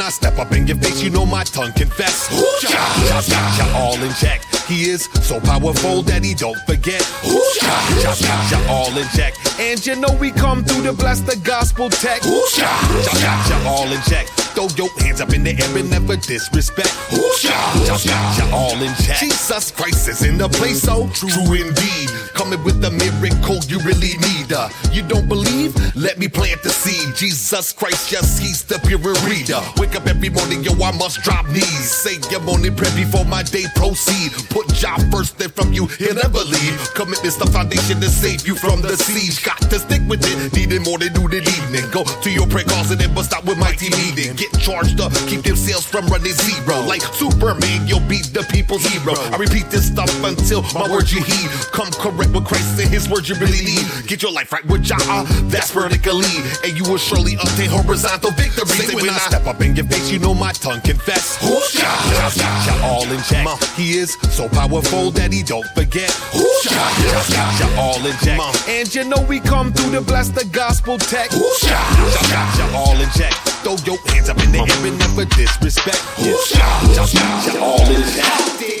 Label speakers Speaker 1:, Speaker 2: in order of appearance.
Speaker 1: I step up and give face, you know my tongue confess. Shots got ya all in check. He is so powerful that he don't forget. Shots got ya all in check. And you know we come through to bless the gospel tech. Shots got ya all in check. Throw your hands up in the air and never disrespect. Shots got ya all in check. Jesus Christ is in the place, so true indeed. Coming with a miracle you really need. Uh, you don't believe? Let me plant the seed. Jesus Christ, yes, he's the pure reader. Wake up every morning, yo, I must drop knees. Say your morning prayer before my day proceed. Put job first, then from you, he'll never leave. Commitment's the foundation to save you from the siege. Got to stick with it, needing more than do the evening. Go to your prayer closet and bust out with mighty meeting. Get charged up, keep them sales from running zero. Like Superman, you'll be the people's hero. I repeat this stuff until my words you heed. Come correct with Christ and his words you really need. Get your life right with Jah, that's vertically. And you will surely obtain horizontal victory. Say when I step up in your face, you know my tongue confess. Who's Jah? Jah, Jah, Jah, all in check. Ma, He is so powerful that he don't forget. Who's Jah? Jah, Jah, Jah, all in check. Ma, And you know we come through to bless the gospel tech. Who's Jah? Jah, Jah, Jah, all in check. Throw your hands up in the air and never disrespect. Who's Jah? Jah, Jah, Jah, all in check.